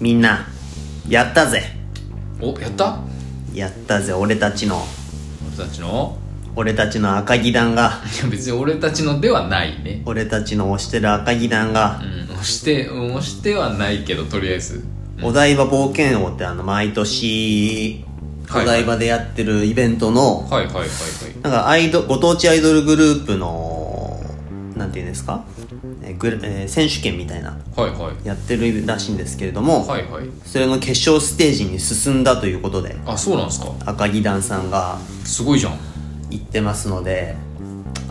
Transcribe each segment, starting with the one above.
みんなやったぜおやったやったぜ俺たちの俺たちの 俺たちの赤木団がいや別に俺たちのではないね俺たちの推してる赤木団がうん押してうん押してはないけどとりあえずお台場冒険王ってあの毎年はいお台場でやってるイベントのはいはいはいはいなんかアイドご当地アイドルグループのなんていうんですかえグルえー選手権みたいなはいはいやってるらしいんですけれども、はいはいそれの決勝ステージに進んだということであそうなんですか赤木団さんがすごいじゃん言ってますので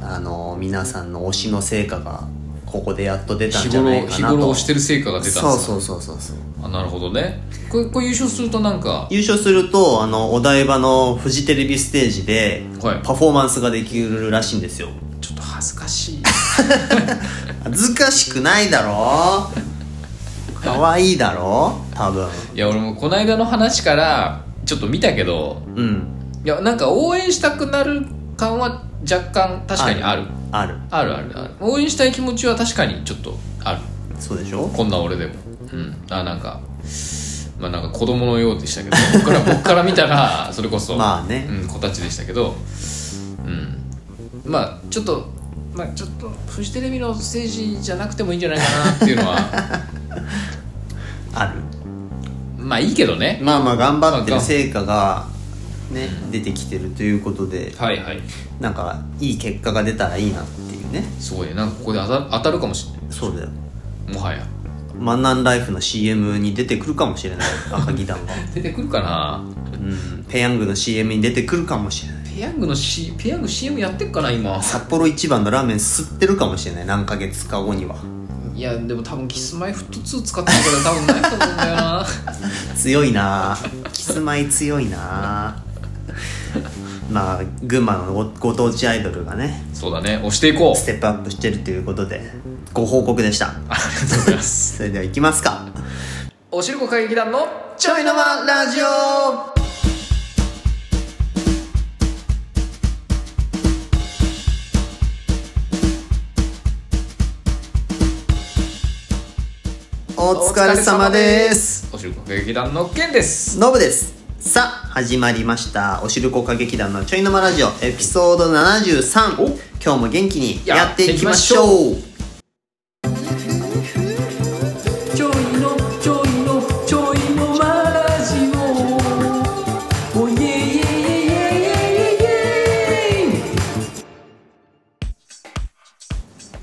あの皆さんの推しの成果がここでやっと出たん日じゃない頃か日なと頃押してる成果が出たんそうですかそうそうそうそうあなるほどねこれこれ優勝するとなんか優勝するとあのお台場のフジテレビステージではいパフォーマンスができるらしいんですよちょっと恥ずかし い恥ずかしくないだろ可愛いだろ多分いや俺もこの間の話からちょっと見たけどうんいやなんか応援したくなる感は若干確かにあるあるあるあるある応援したい気持ちは確かにちょっとあるそうでしょこんな俺でもうんあなんかまあなんか子供のようでしたけど 僕から僕から見たらそれこそ、まあねうん、子たちでしたけどうんまあちょっとまあちょっとフジテレビのステージじゃなくてもいいんじゃないかなっていう のはあるまあいいけどねまあまあ頑張ってる成果がね出てきてるということではいはいなんかいい結果が出たらいいなっていうねすごいねなんかここで当た当たるかもしれそうだよないもはやマンナンライフの CM に出てくるかもしれない赤木団が、 出てくるかなうん、ペヤングの CM に出てくるかもしれないペヤングの、C、ペヤング CM やってっかな今札幌一番のラーメン吸ってるかもしれない何ヶ月か後にはいやでも多分キスマイフット2使ってるから多分ないと思うんだよな強いなぁキスマイ強いな ぁまあ群馬のごご当地アイドルがね そうだね押していこうステップアップしてるということでご報告でしたありがとうございま すそれでは行きますかおしるこ歌劇団のちょいのまラジオお疲れ様ですおしるこ歌劇団のケンですノブですさあ始まりましたおしるこ歌劇団のちょいのまラジオエピソード73お今日も元気にやっていきましょうやっちょいのちょいのちょいのマラジオおいえいえいえいえいえいえ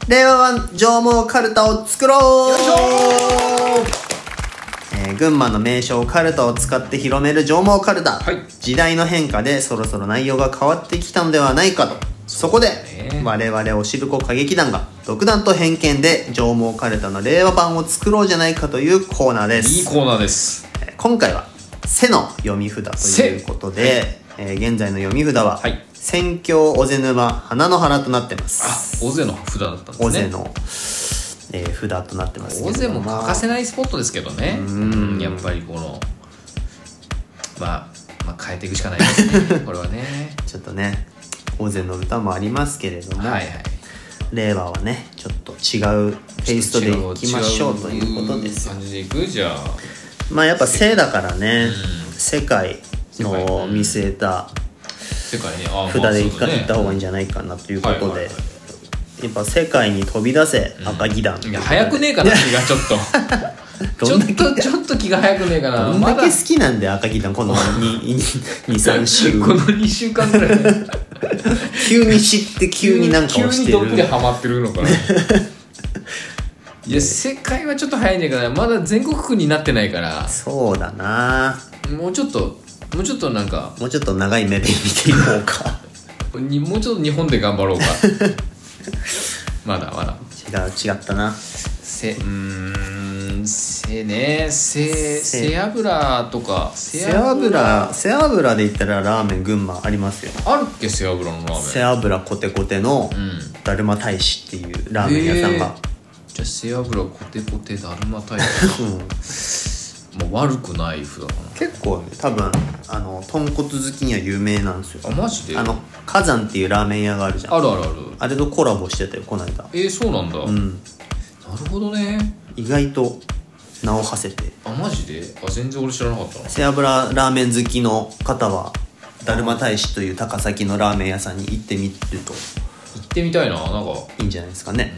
い令和版上毛かるたを作ろうえー群馬の名称かるたを使って広める上毛かるた、はい時代の変化でそろそろ内容が変わってきたのではないかとそこで、ね我々おしるこ歌劇団が独断と偏見で上毛かるたの令和版を作ろうじゃないかというコーナーですいいコーナーですえー今回は「せ」の読み札ということで、えー現在の読み札ははい「戦況おぜ沼花の原」となってまあす大勢の札だったんです尾瀬ねの、えー札となってますけ大れ勢ども欠かせないスポットですけどねうんやっぱりこのまあまあ変えていくしかないですねこれはねちょっとね尾瀬の歌もありますけれども、はいはい令和はねちょっと違うテイストでいきましょうということですよ違う感じでいくじゃあまあやっぱ「せ」だからね世界世界のう見据えた世界ねあ札でいった,、まあそうだねった方がいいんじゃないかなということで、はいはいはいやっぱ世界に飛び出せ赤木団、いや早くねえかな気がちょっとち どょんだっけとちょっと気が早くねえかなどんだまだけ好きなんだよ赤木団この23週 この2週間ぐらい急に知って 急になんか押して急にどっぷりるハマってるの かないや世界はちょっと早いんだけどまだ全国区になってないからそうだなもうちょっともうちょっとなんかもうちょっと長い目で見ていこう かにもうちょっと日本で頑張ろ うかまだま違だう違ったなせうーんせねせせ背脂とか背背脂背脂で言ったらラーメン群馬ありますよあるっけ背脂のラーメン背脂コテコテのんだるま大使っていうラーメン屋さんが、えーじゃあ背脂コテコテだるまタイ プうんもう悪くない札だ結構ね多分あの豚骨好きには有名なんですよなあマジであの火山っていうラーメン屋があるじゃんあるあるあるあれとコラボしてたよこの間えー、そうなんだ、なるほどね意外と名を馳せてあマジであ全然俺知らなかったな背脂ラーメン好きの方はだるま大使という高崎のラーメン屋さんに行ってみると行ってみたいななんかいいんじゃないですかね、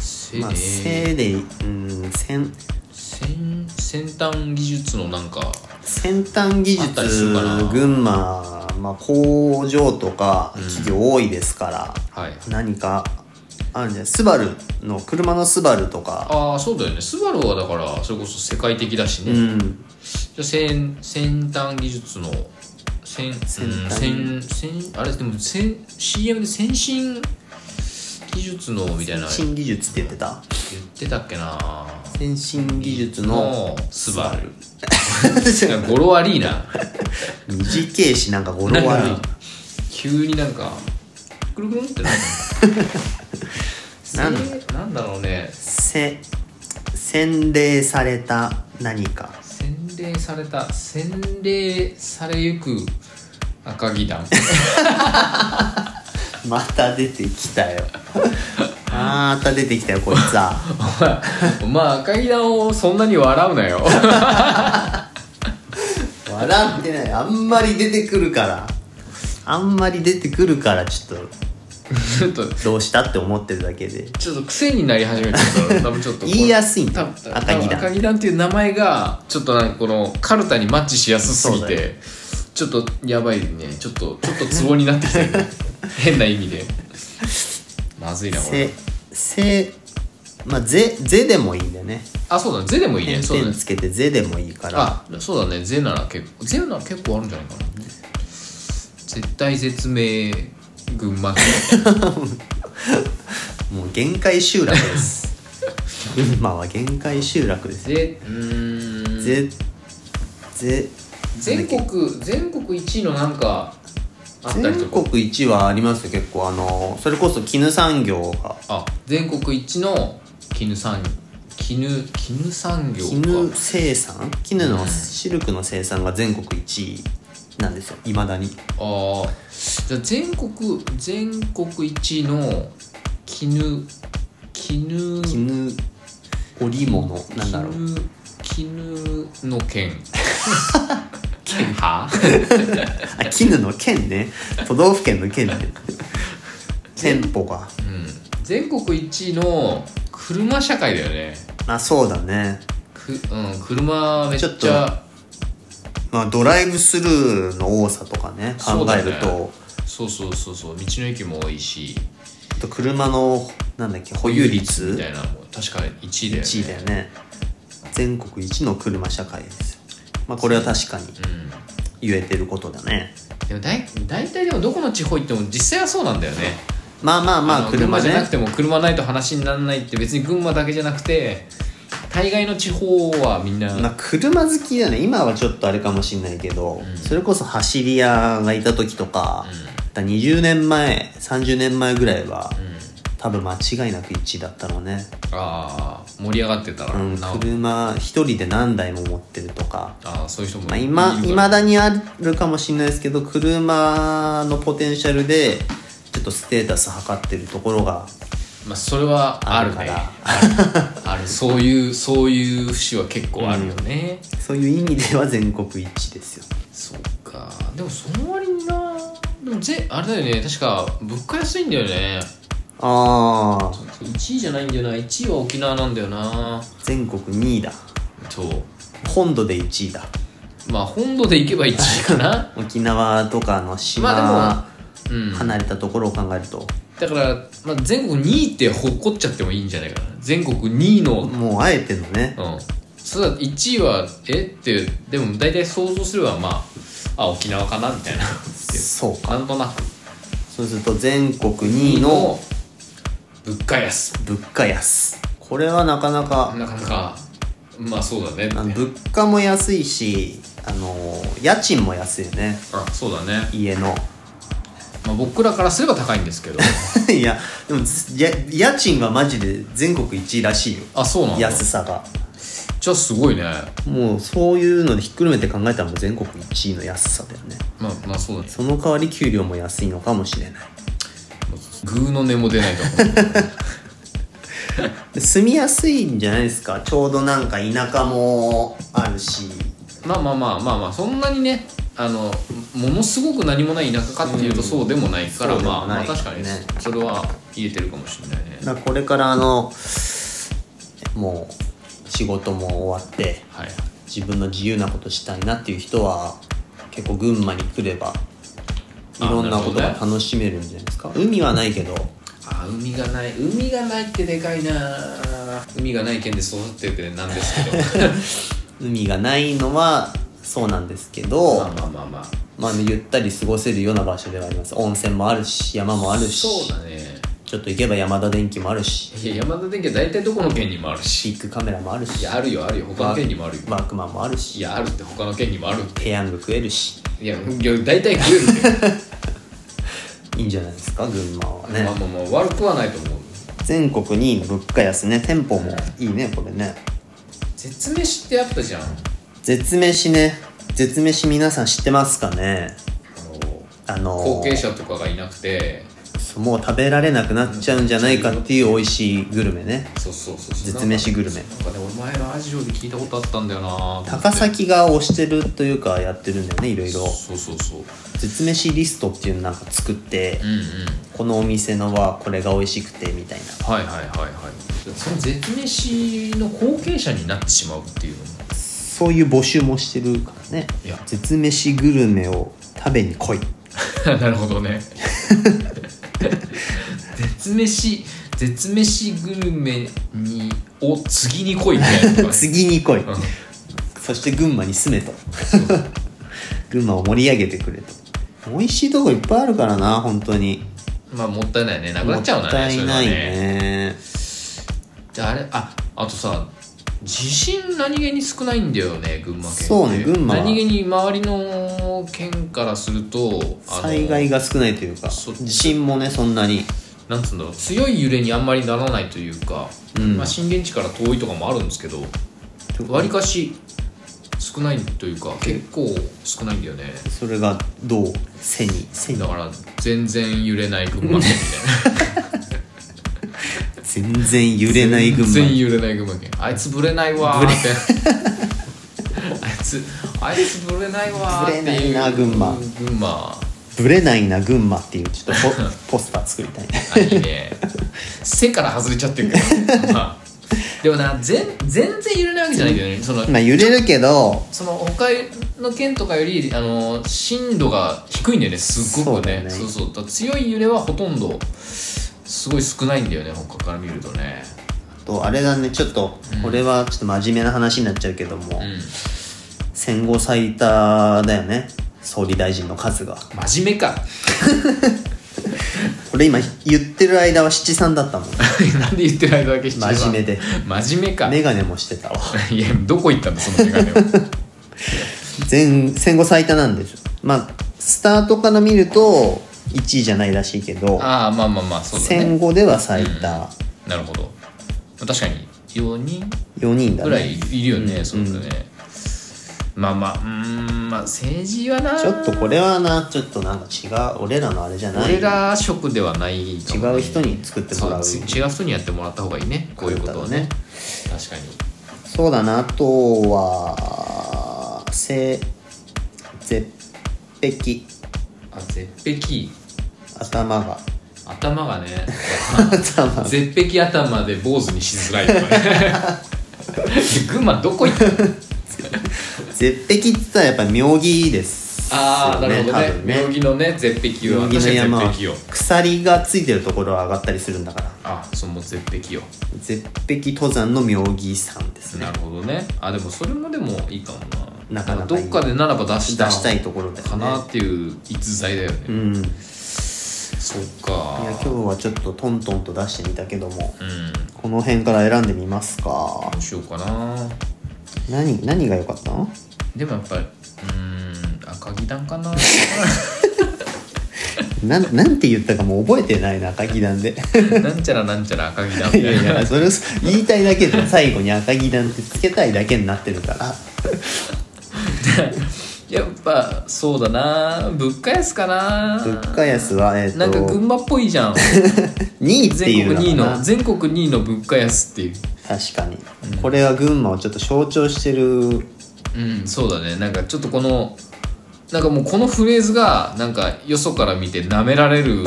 せ、まあ、えーせいで、うん、先先先端技術のなんか先端技あったりするかな術群馬、まあ、工場とか企業多いですから、はい何かあるんじゃないスバルの車のスバルとか、ああそうだよねスバルはだからそれこそ世界的だしね、うん、じゃあ先先端技術の先先端先先あれでも先 CM で先進技術のみたいな言新技術って言ってたってたっけな先進技術 のスバルいや短語呂悪いないしなんか語呂悪なんいか急になんかくるくるんってななるんだせなんだろうねせ洗礼された何か洗礼された洗礼されゆく赤木団また出てきた よあーまた出てきたよこいつはお前赤木団をそんなに笑うなよ笑ってないあんまり出てくるからあんまり出てくるからちょっとちょっとどうしたって思ってるだけでちょっと癖になり始めてるから多分ちょっとこ れ言いやすいんだ多よ分多分赤木だ赤木団っていう名前がちょっとなんかこのカルタにマッチしやすすそぎうだてちょっとやばいねちょっとちょっとツボになってきてる 変な意味でまずいなこせれせまあぜぜでもいいんだよねあそうだね「ゼ」でもいいね点そうだ々ねつけてぜでもいいからあそうだね「ゼ」なら結構「ゼ」なら結構あるんじゃないかな絶対絶命群馬県もう限界集落です 群馬は限界集落ですぜうーんぜぜ全国全国一位のなんかあったりと全か国一はありますよ結構あのそれこそ絹産業があ全国一の絹産絹絹産業絹か生産絹のシルクの生産が全国1位なんですよいまだにあーじゃあ全国全国一の絹絹絹織物なんだろう絹絹の県県はあ絹の県ね都道府県の県って店舗がうん全国一の車社会だよねまあそうだねく、うん、車めっちちょゃまあドライブスルーの多さとかねそ考うだえねると、そうそうそうそう道の駅も多いしあと車のなんだっけ保有み率たいなのも確か1位だよね1位だよね全国一の車社会ですまあこれは確かにうん言えてることだねでもだい大体でもどこの地方行っても実際はそうなんだよねまあまあまあの車じゃなくねても車ないと話にならないって別に群馬だけじゃなくて大概の地方はみんな、まあ、車好きだね今はちょっとあれかもしんないけど、それこそ走り屋がいた時とか,、だから20年前30年前ぐらいは、多分間違いなく1位だったろうね、ああ盛り上がってたうら、ん、なお車一人で何台も持ってるとか、ああそういう人もまあ、いる今いまだだにあるかもしんないですけど車のポテンシャルでちょっとステータス測ってるところがまあそれはあるねあるからあるあるそういうそういう節は結構あるよね、そういう意味では全国一ですよそうかでもその割になでもぜあれだよね確か物価安いんだよねああ1位じゃないんだよな1位は沖縄なんだよな全国2位だそう本土で1位だまあ本土で行けば1位 かな沖縄とかの島、まうん離れたところを考えるとだから、まあ、全国2位って誇っちゃってもいいんじゃないかな全国2位のもうあえてのねうんそうだ1位はえってでも大体想像すればまああ沖縄かなみたいな そうかなんとなくそうすると全国2位の物価安物価安これはなかなかなかなかまあそうだねってあの物価も安いしあの家賃も安いよねあそうだね、家の まあ、僕らからすれば高いんですけどいやでもずや家賃がマジで全国1位らしいよあそうなんだ安さがじゃあすごいねもうそういうのでひっくるめて考えたらもう全国1位の安さだよねまあまあそうだねその代わり給料も安いのかもしれないグーの音も出ないと思う住みやすいんじゃないですかちょうどなんか田舎もあるしまあまあまあまあまあそんなにねあのものすごく何もない田舎かっていうとそうでもないから、そうでもまあ、まなあい確かにねそれは言えてるかもしれないねだからこれからあのもう仕事も終わってはい自分の自由なことしたいなっていう人は結構群馬に来ればいあろんなことがなるほ楽しめるんじゃないですか、海はないけどあ海がない海がないってでかいな海がない県で育ってるってなんです けど海がないのはそうなんですけど、まあまあまあまあまあね、ゆったり過ごせるような場所ではあります温泉もあるし山もあるしそうだねちょっと行けば山田電機もあるしいや山田電機は大体どこの県にもあるしビッグカメラもあるいしやあるよあるよ他の県にもあるよワークマンもあるいしやあるって他の県にもあるってペヤング食えるしいやいや大体食えるけ どいいんじゃないですか群馬はねまあまあまあ悪くはないと思う全国2位の物価安ね店舗もいいねこれね絶飯ってあったじゃんあ絶飯ね絶飯皆さん知ってますかねのあのー後継者とかがいなくてもう食べられなくなっちゃうんじゃないかっていう美味しいグルメねそうそうそうそう絶飯グルメなんかね俺前のラジオで聞いたことあったんだよなと思って高崎が推してるというかやってるんだよねいろいろそうそうそう絶飯リストっていうのなんか作って、うんうんこのお店のはこれが美味しくてみたいなはいはいはいはいその絶飯の後継者になってしまうっていうのもそういう募集もしてるからねいや絶飯グルメを食べに来い なるほ どね絶飯絶飯グルメにを次に来いみたいなのがね 次に来い、うんそして群馬に住めと 群馬を盛り上げてくれと美味しいとこいっぱいあるからな本当にまあもったいないねなくなっちゃうもなったねいそれはないねねじゃああれああとさ地震何気に少ないんだよね群馬県ってそうね群馬は何気に周りの県からするとあの災害が少ないというかそ地震もねそんなになんつうんだろう強い揺れにあんまりならないというか、うんまあ、震源地から遠いとかもあるんですけどわりかし少ないというか結構少ないんだよねそれがどう背に背にだから全然揺れない群馬県みたい全然揺れなない群馬全然揺れない群馬県あいつぶれないわーってあいつあいつぶれないわーっていうぶれないな群馬群馬ぶれないな群馬っていうちょっと ポポスター作りたいねあいいね「背から外れちゃってるけど、まあでもな全全然揺れないわけじゃないけどねそのまあ揺れるけどその他の県とかよりあの震度が低いんだよねすごくねそそだうねうそうだから強い揺れはほとんどすごい少ないんだよね他から見るとねとあれだねちょっとこれはちょっと真面目な話になっちゃうけども、うん戦後最多だよね総理大臣の数が真面目か俺今言ってる間は七三だったもん なんで言ってる間だけ七番真面目で真面目か、メガネもしてたわいやどこ行ったのその眼 鏡は全戦後最多なんですよまあスタートから見ると1位じゃないらしいけど、ああまあまあまあそうだね戦後では最多なるほど確かに4人4人だぐらいねいるよね、そうだね、まあまあうーんまあ政治はなちょっとこれはなちょっとなんか違う俺らのあれじゃない俺ら職ではないか違もねう人に作ってもらうそ違う人にやってもらった方がいいねこういうことをね確かにそうだなあとはせ絶壁あ絶壁頭が頭がね 頭が絶壁頭で坊主にしづらいとかね 群馬どこ行ったの絶壁って言ったらやっぱ妙義ですよああなるほどね多分妙義のね絶壁妙を義私のは山は絶壁を鎖がついてるところは上がったりするんだからあその絶壁を絶壁登山の妙義山ですねなるほどねあでもそれもでもいいかもななかなかいいどっかでならば出出したしたいところだよねかなっていう逸材だよね、うんいやそっか今日はちょっとトントンと出してみたけどもうんこの辺から選んでみますかどうしようかな何何が良かったのでもやっぱりうーん赤木団か ななんなんて言ったかもう覚えてないな赤木団 でなんちゃらなんちゃら赤木団みいたやいいなやそれ言いたいだけで最後に赤木団ってつけたいだけになってるからやっぱそうだな物価安かな物価安はえっ、なんかと群馬っぽい じゃん2位ってい全う国2位のかのな全国2位の物価安っていう確かにこれは群馬をちょっと象徴してるうんそうだねなんかちょっとこのなんかもうこのフレーズがなんかよそから見て舐められ る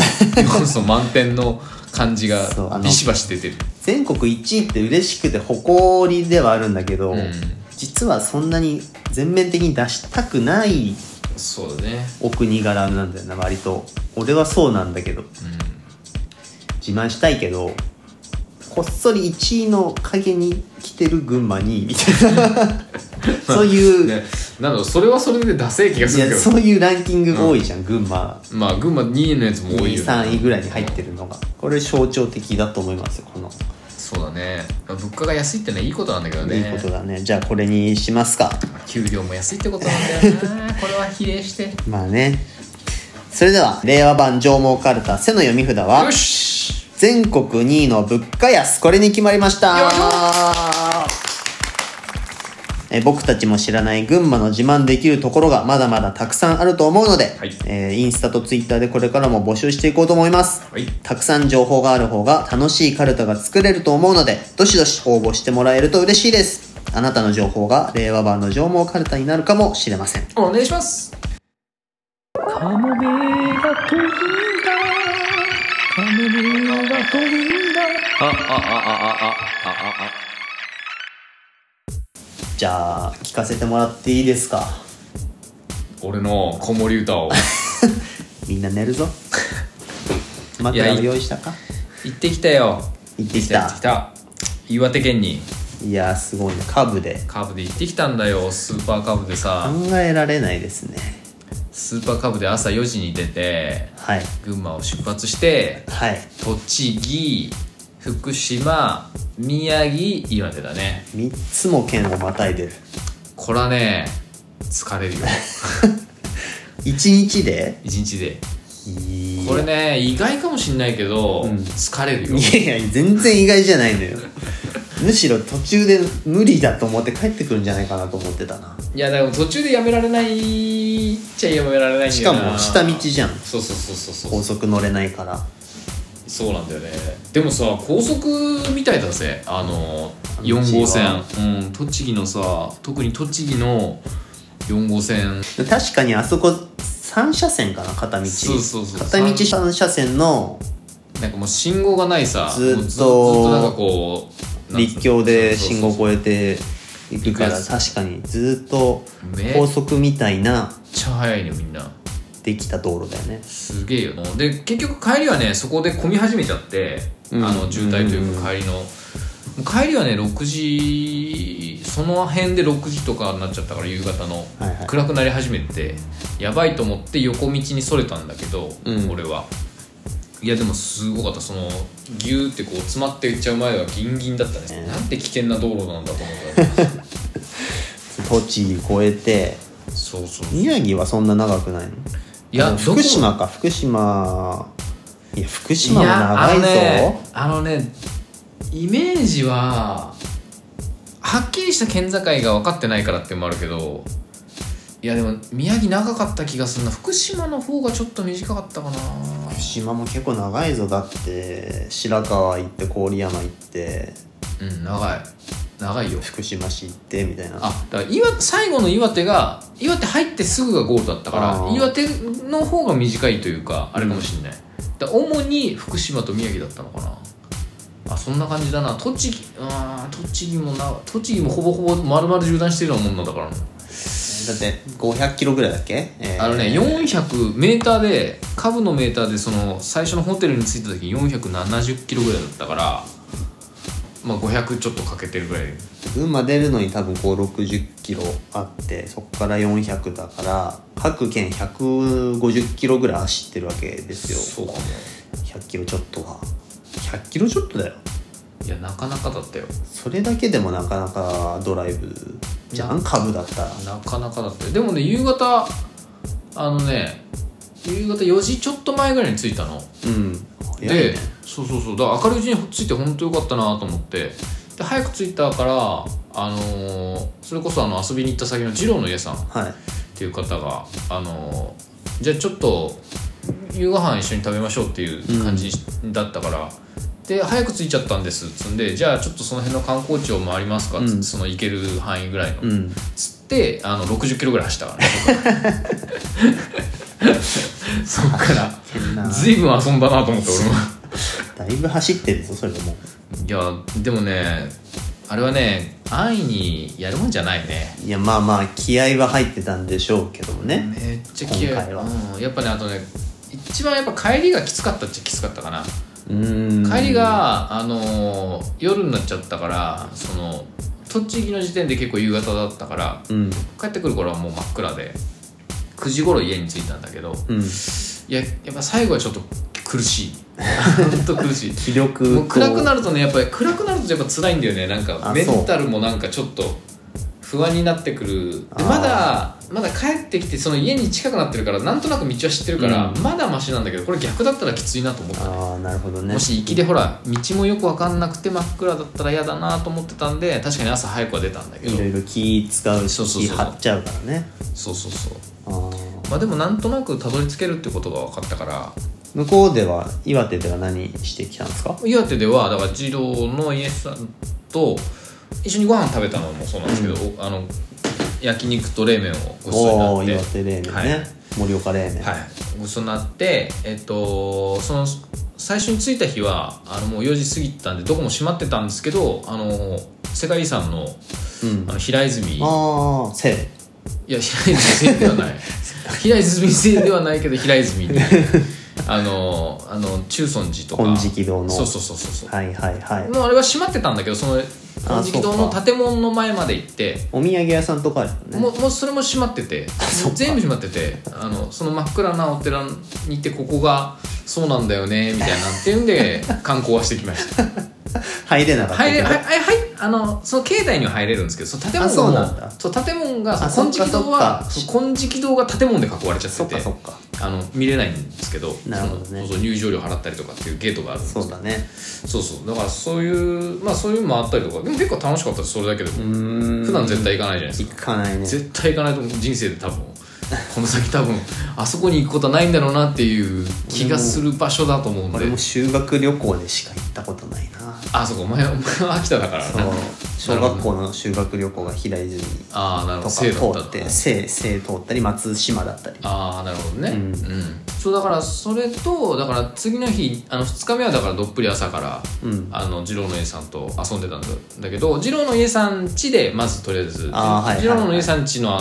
要素満点の感じがそうあのビシバシ出てる全国1位って嬉しくて誇りではあるんだけど、うん実はそんなに全面的に出したくないそうだねお国柄なんだよな割と俺はそうなんだけど自慢したいけどこっそり1位の陰に来てる群馬2位みたいなそうういんう、ねなんだろうそれはそれでダセえ気がいするやけどそういうランキングが多いじゃん、群馬まあ群馬2位のやつも多2い位よ、ね、 3位ぐらいに入ってるのがこれ象徴的だと思いますよこの、そうだね物価が安いってのはいいことなんだけどねいいことだねじゃあこれにしますか給料も安いってことなんだよなこれは比例してまあねそれでは令和版上毛かるた背の読み札はよし全国2位の物価安これに決まりましたよいしょえー僕たちも知らない群馬の自慢できるところがまだまだたくさんあると思うので、はいえーインスタとツイッターでこれからも募集していこうと思います、はいたくさん情報がある方が楽しいカルタが作れると思うのでどしどし応募してもらえると嬉しいですあなたの情報が令和版の上毛カルタになるかもしれませんお願いしますカモメが飛んだカモメが飛んだああああああああじゃあ聞かせてもらっていいですか俺の子守歌をみんな寝る ぞ枕を用意したか行ってきたよ行ってきた行ってきた岩手県にいやーすごいねカブでカーブで行ってきたんだよスーパーカーブで考さえられないですねスーパーカーブで朝4時に出てはい群馬を出発してはい栃木福島宮城岩手だね3つも県をまたいでるこれはね 疲れるよ1日で一日でいやこれね意外かもしんないけど、うん疲れるよいやいや全然意外じゃないのよむしろ途中で無理だと思って帰ってくるんじゃないかなと思ってたないやでも途中でやめられないっちゃやめられないんだよなしかも下道じゃんそうそうそうそうそ高う速乗れないからそうなんだよねでもさ高速みたいだぜあの4号線うん栃木のさ特に栃木の4号線確かにあそこ3車線かな片道そうそうそう片道3車線のなんかもう信号がないさずっともうずっとなんかこう立教で信号えを越えていくから行く確かにずっとね高速みたいなめっちゃ速いねみんなできた道路だよねすげえよなで結局帰りはねそこで混み始めちゃって、うんあの渋滞というか帰りの、もう帰りはね6時その辺で6時とかになっちゃったから夕方の、はいはい暗くなり始めてやばいと思って横道にそれたんだけど、うん俺はいやでもすごかったそのギューってこう詰まっていっちゃう前はギンギンだったね、えーなんて危険な道路なんだと思ったの栃木越えてそうそう宮城はそんな長くないのいやあのどこ福島か福島いや福島もいや長いぞあのねあのねイメージははっきりした県境が分かってないからっていうのもあるけどいやでも宮城長かった気がするな福島の方がちょっと短かったかな福島も結構長いぞだって白川行って郡山行ってうん長い長いよ福島市行ってみたいなあだから岩最後の岩手が岩手入ってすぐがゴールだったかあらー岩手の方が短いというかあれかもしれない、だから主に福島と宮城だったのかなあそんな感じだな栃木あー栃木もな栃木もほぼほぼ丸々縦断してるようなもんなんだからなだって500キロぐらいだっけ、えーあのね 400m で下部のメーターでその最初のホテルに着いた時470キロぐらいだったからまあ500ちょっとかけてるぐらい群馬出るのに多分560キロあってそこから400だから各県150キロぐらい走ってるわけですよそうかも100キロちょっとは100キロちょっとだよいやなかなかだったよそれだけでもなかなかドライブじゃん株だったらなかなかだったよでもね夕方あのね夕方4時ちょっと前ぐらいに着いたの、うん早いでねそうそうそうだから明るいうちに着いて本当よかったなと思ってで早く着いたからあのーそれこそあの遊びに行った先の二郎の家さんはいっていう方があのじゃあちょっと夕ご飯一緒に食べましょうっていう感じだったから、で早く着いちゃったんですっつんでじゃあちょっとその辺の観光地を回りますかっつって、うんその行ける範囲ぐらいの、うんつってあの60キロぐらい走ったからね 僕そっから変なずいぶん遊んだなと思って俺も。だいぶ走ってるぞそれでもいやでもねあれはね安易にやるもんじゃないねいやまあまあ気合は入ってたんでしょうけどもね、めっちゃ気合い今回はうん、やっぱねあとね一番やっぱ帰りがきつかったっちゃきつかったかな、うん、帰りがあのー夜になっちゃったからその栃木の時点で結構夕方だったからうん帰ってくる頃はもう真っ暗で9時頃家に着いたんだけどうんいややっぱ最後はちょっと苦しい 本当苦しい気力もう暗くなるるとねやっぱり暗くなるとやっぱ辛いんだよねなんかあメンタルもなんかちょっと不安になってくるであーまだまだ帰ってきてその家に近くなってるからなんとなく道は知ってるから、うんまだマシなんだけどこれ逆だったらきついなと思った、ああなるほどねもし行きでほら道もよく分かんなくて真っ暗だったら嫌だなと思ってたんで確かに朝早くは出たんだけどいろいろ気使うしそうそうそう気張っちゃうからねそうそうそうあーまあでもなんとなくたどり着けるってことが分かったから向こうでは岩手では何してきたんですか岩手ではだから二郎の家さんと一緒にご飯食べたのもそうなんですけど、あの焼肉と冷麺をごちそうにおなおっーて岩手冷麺ね、はい盛岡冷麺、はい、ごちそうになってえっとその最初に着いた日はあのもう4時過ぎてたんでどこも閉まってたんですけどあの世界遺産のうんあの平泉ああせいいや平泉線で はない平泉線ではないけど平泉っていうあのあの中尊寺とか金色堂のそうそうそうそうそうはいはいはいもうあれは閉まってたんだけどその金色堂のそうか建物の前まで行ってお土産屋さんとかあるよねもうもうそれも閉まっててそっか全部閉まっててあのその真っ暗なお寺に行ってここがそうなんだよねみたいなっていうん で観光はしてきました入れなかった入けれどはいはいはいあのその境内には入れるんですけどその建物あそうもなんだそう建物があその金色堂はそっかそっかそう金色堂が建物で囲われちゃっててそっかそっかあの見れないんですけどなるほどねそのそうそう入場料払ったりとかっていうゲートがあるんですけどそうだねそうそうだからそういうまあそういうのもあったりとかでも結構楽しかったですそれだけでも、普普段絶対行かないじゃないです行か、かないね絶対行かないと思う人生で多分この先多分あそこに行くことはないんだろうなっていう気がする場所だと思うん俺もで修学旅行でしか行ったことないなあそうかお前はお前は秋田だからそうな小学校の修学旅行が平泉ああなるとほか通ど生だったって西西通ったり松島だったりああなるほどねううんん、そうだからそれとだから次の日あの2日目はだからどっぷり朝から、うんあの二郎の家さんと遊んでたんだだけど二郎の家さん家でまずとりあえずあーはい二郎の家さん家の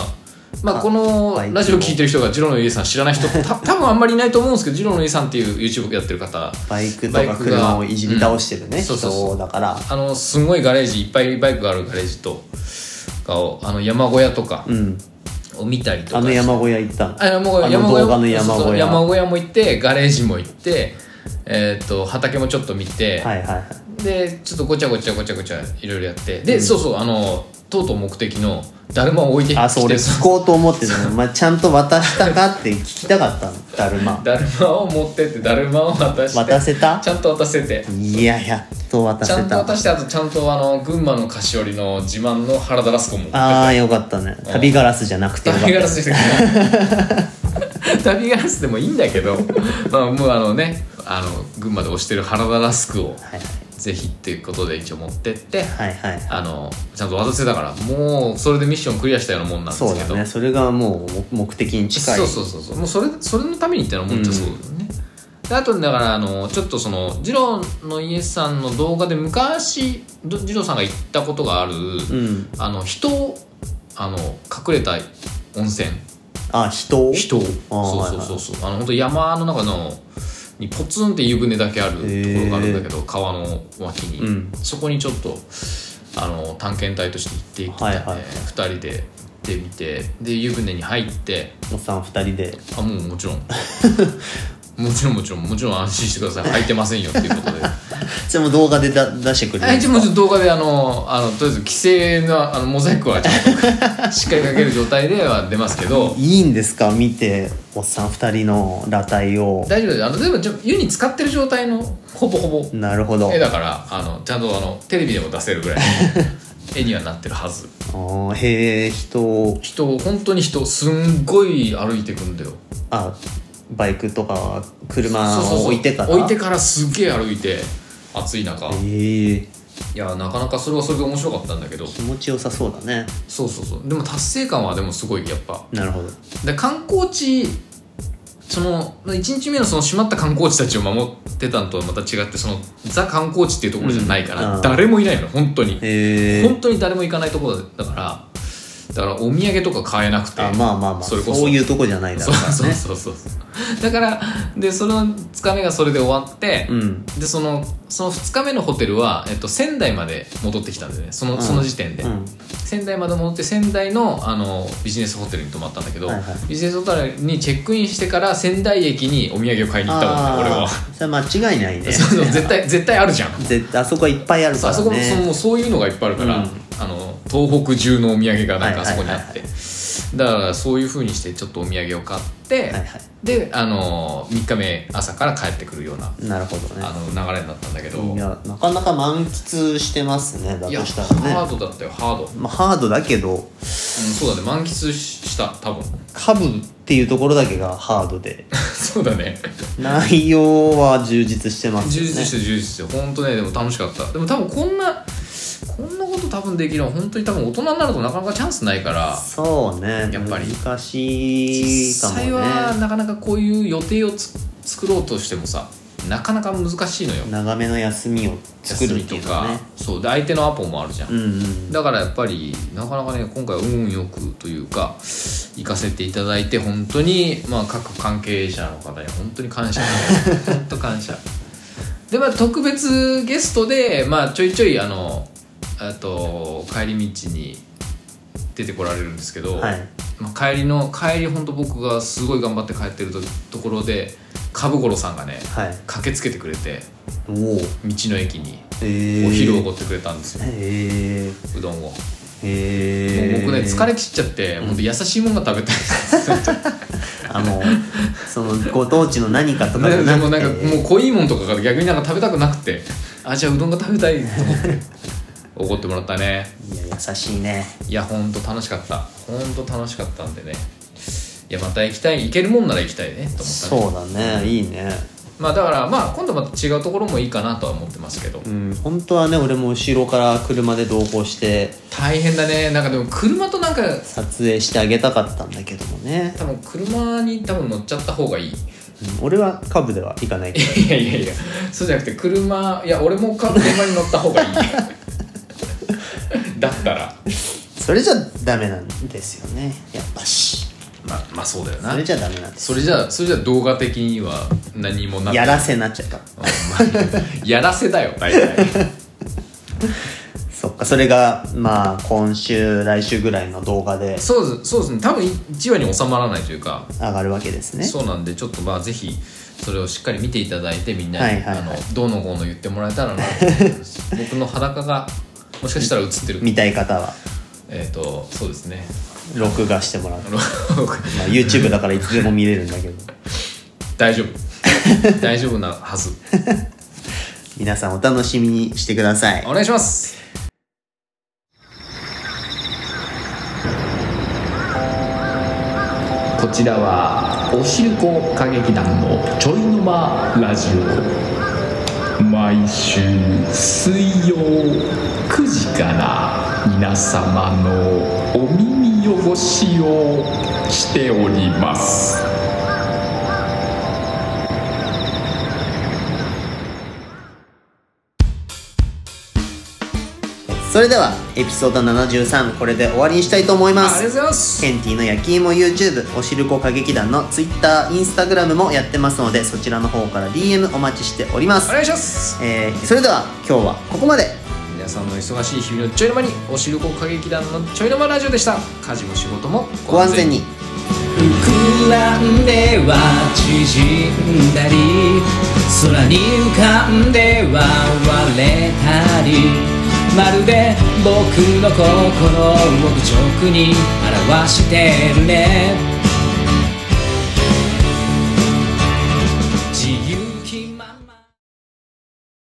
まああ、このラジオ聞いてる人が二郎の家さん知らな い人た多分あんまりいないと思うんですけど二郎の家さんっていう YouTube やってる方バイクとバイかクが車をいじり倒してるね、うんそうそうそ人だからあのすんごいガレージいっぱいバイクがあるガレージとかをあの山小屋とかうんを見たりとかあの山小屋行ったのあ山小屋あの山小動屋画のも山そう小そう屋山小屋も行ってガレージも行って、えー、と畑もちょっと見て、はいはいはいでちょっとごちゃごちゃごちゃごちゃいろいろやってで、そうそうあのとうとう目的のだるまを置いてきてあそう俺聞そこうと思ってたの、まあ、ちゃんと渡したかって聞きたかったのだるまう だるまを持ってってだるまを渡して渡せたちゃんと渡せていややっと渡ちせゃんとた渡してあとちゃんとあの群馬の菓子折りの自慢の原田ラスコもああよかったね旅ガラスじゃなくてよかっ旅ガラたスして くれ旅ガラスでもいいんだけど、まあ、もうあのねあの群馬で推してる原田ラスクをはいぜひっていうことで一応持ってって、はいはいはいあのちゃんと渡せたからもうそれでミッションクリアしたようなもんなんですけそどうだねそれがもう目的に近いそうそうそうそうもうそれそれのためにってのは思っちゃそうだよね、であとだからあのちょっとその二郎の家さんの動画で昔ど二郎さんが行ったことがある、うんあの人をあの隠れた温泉あ人人をあーそうそうそうそうあの本当山の中のにポツンって湯船だけあるところがあるんだけど、川の脇に、うんそこにちょっとあの探検隊として行ってきたんで、はいはいはい2人で行ってみてで湯船に入っておっさん二人であもう もちろんもちろんもちろんもちろん安心してください入ってませんよっていうこ とでそれも動画でだ出してくれある一応もうちょっと動画であのあのとりあえず規制のあのモザイクはち ゃんとしっかりかける状態では出ますけどいいんですか見ておっさん二人の裸体を大丈夫ですあのでもちょ湯に浸かってる状態のほぼほぼなるほど 絵だからあのちゃんとあのテレビでも出せるぐらい絵にはなってるはずあーへえ人人本当に人すんごい歩いてくんだよあバイクとかそう車そうそうを置いてから置いてからすげえ歩いて暑い中いへえやなかなかそれはそれで面白かったんだけど気持ちよさそうだねそうそうそうでも達成感はでもすごいやっぱなるほどで観光地その1日目のその閉まった観光地たちを守ってたのとはまた違ってそのザ観光地っていうところじゃないから、うん誰もいないの本当に、へえ本当に誰も行かないところだからだからお土産とか買えなくてあまあまあまあそそれこそういうとこじゃないだそろううからねそうそうそうそうだからでその2日目がそれで終わって、うんでそのその2日目のホテルは、えっと、仙台まで戻ってきたんでねその,、うんその時点で、うん仙台まで戻って仙台のあのビジネスホテルに泊まったんだけど、はいはいビジネスホテルにチェックインしてから仙台駅にお土産を買いに行ったもんね俺はあーそれ間違いないね そうそう絶対絶対あるじゃん 絶対あそこはいっぱいあるそかうあらそこもそねのそういうのがいっぱいあるから、うんあの東北中のお土産がなんかはあいそはこいにはいあって、だからそういうふうにしてちょっとお土産を買って、はいはであの3日目朝から帰ってくるような、なるほどねあの流れになったんだけどいやなかなか満喫してますねだいやとしたらハねードだったよハード、うん、まあ、ハードだけどそうだね満喫しした多分 株っていうところだけがハードでそうだね内容は充実してますよ充ね実してる充実してる本当ねでも楽しかったでも多分こんなこんなこと多分できるのは本当に多分大人になるとなかなかチャンスないからそうねやっぱり難しいか実もね際はなかなかこういう予定をつ作ろうとしてもさなかなか難しいのよ長めの休みを作るっていうのはねそうで相手のアポもあるじゃん、うんうんだからやっぱりなかなかね今回運よくというか行かせていただいて本当にまあ各関係者の方に本当に感 謝本当感謝でまあ特別ゲストでまあちょいちょいあのあと帰り道に出てこられるんですけど、はいまあ、帰りの帰り本当僕がすごい頑張って帰ってるとところで株五郎さんがねはい駆けつけてくれておお道の駅にええお昼をおごってくれたんですよ、えうどんを。えええもう僕ね疲れ切っちゃって、本当優しいもんが食べたいあのそのご当地の何かとかじゃでなもくなてんかもう濃いもんとかが逆になんか食べたくなくてあじゃあうどんが食べたいと思って怒ってもらったねいや優しいねいやほんと楽しかったほんと楽しかったんでねいやまた行きたい行けるもんなら行きたいねと思ったねそうだねいいねまあだからまあ今度また違うところもいいかなとは思ってますけど、うん本当はね俺も後ろから車で同行して大変だねなんかでも車となんか撮影してあげたかったんだけどもね、多分車に多分乗っちゃった方がいういん俺はカブでは行かないけどいやいやいやそうじゃなくて車いや俺もか車に乗った方がいい だったらそれじゃダメなんですよねやっぱしまあまあそうだよなそれじゃダメなんですそれじゃそれじゃ動画的には何もなやらせになっちゃったうんまあやらせだよ 大体そっかそれがまあ今週来週ぐらいの動画でそうですそうですね多分1話に収まらないというか上がるわけですねそうなんでちょっとまあぜひそれをしっかり見ていただいてみんなに、はいはいはいあのどうのこうの言ってもらえたらなと思います 僕の裸がもしかしたら映ってる見たい方はえっ、とそうですね録画してもらって、あまの あ、YouTube だからいつでも見れるんだけど大丈夫大丈夫なはず皆さんお楽しみにしてくださいお願いしますこちらはおしるこ歌劇団のちょいの間ラジオ毎週水曜9時から皆様のお耳汚しをしておりますそれではエピソード73これで終わりにしたいと思いますとうございますケンティーの焼き芋 YouTube おしるこ歌劇団の Twitter、Instagram もやってますのでそちらの方から DM お待ちしております、願いしますえー、それでは今日はここまで皆さんの忙しい日々のちょいの間におしるこ歌劇団のちょいの間ラジオでした家事も仕事もご安全に膨らんでは縮んだり空に浮かんでは割れたりまるで僕の心を愚直に表してるね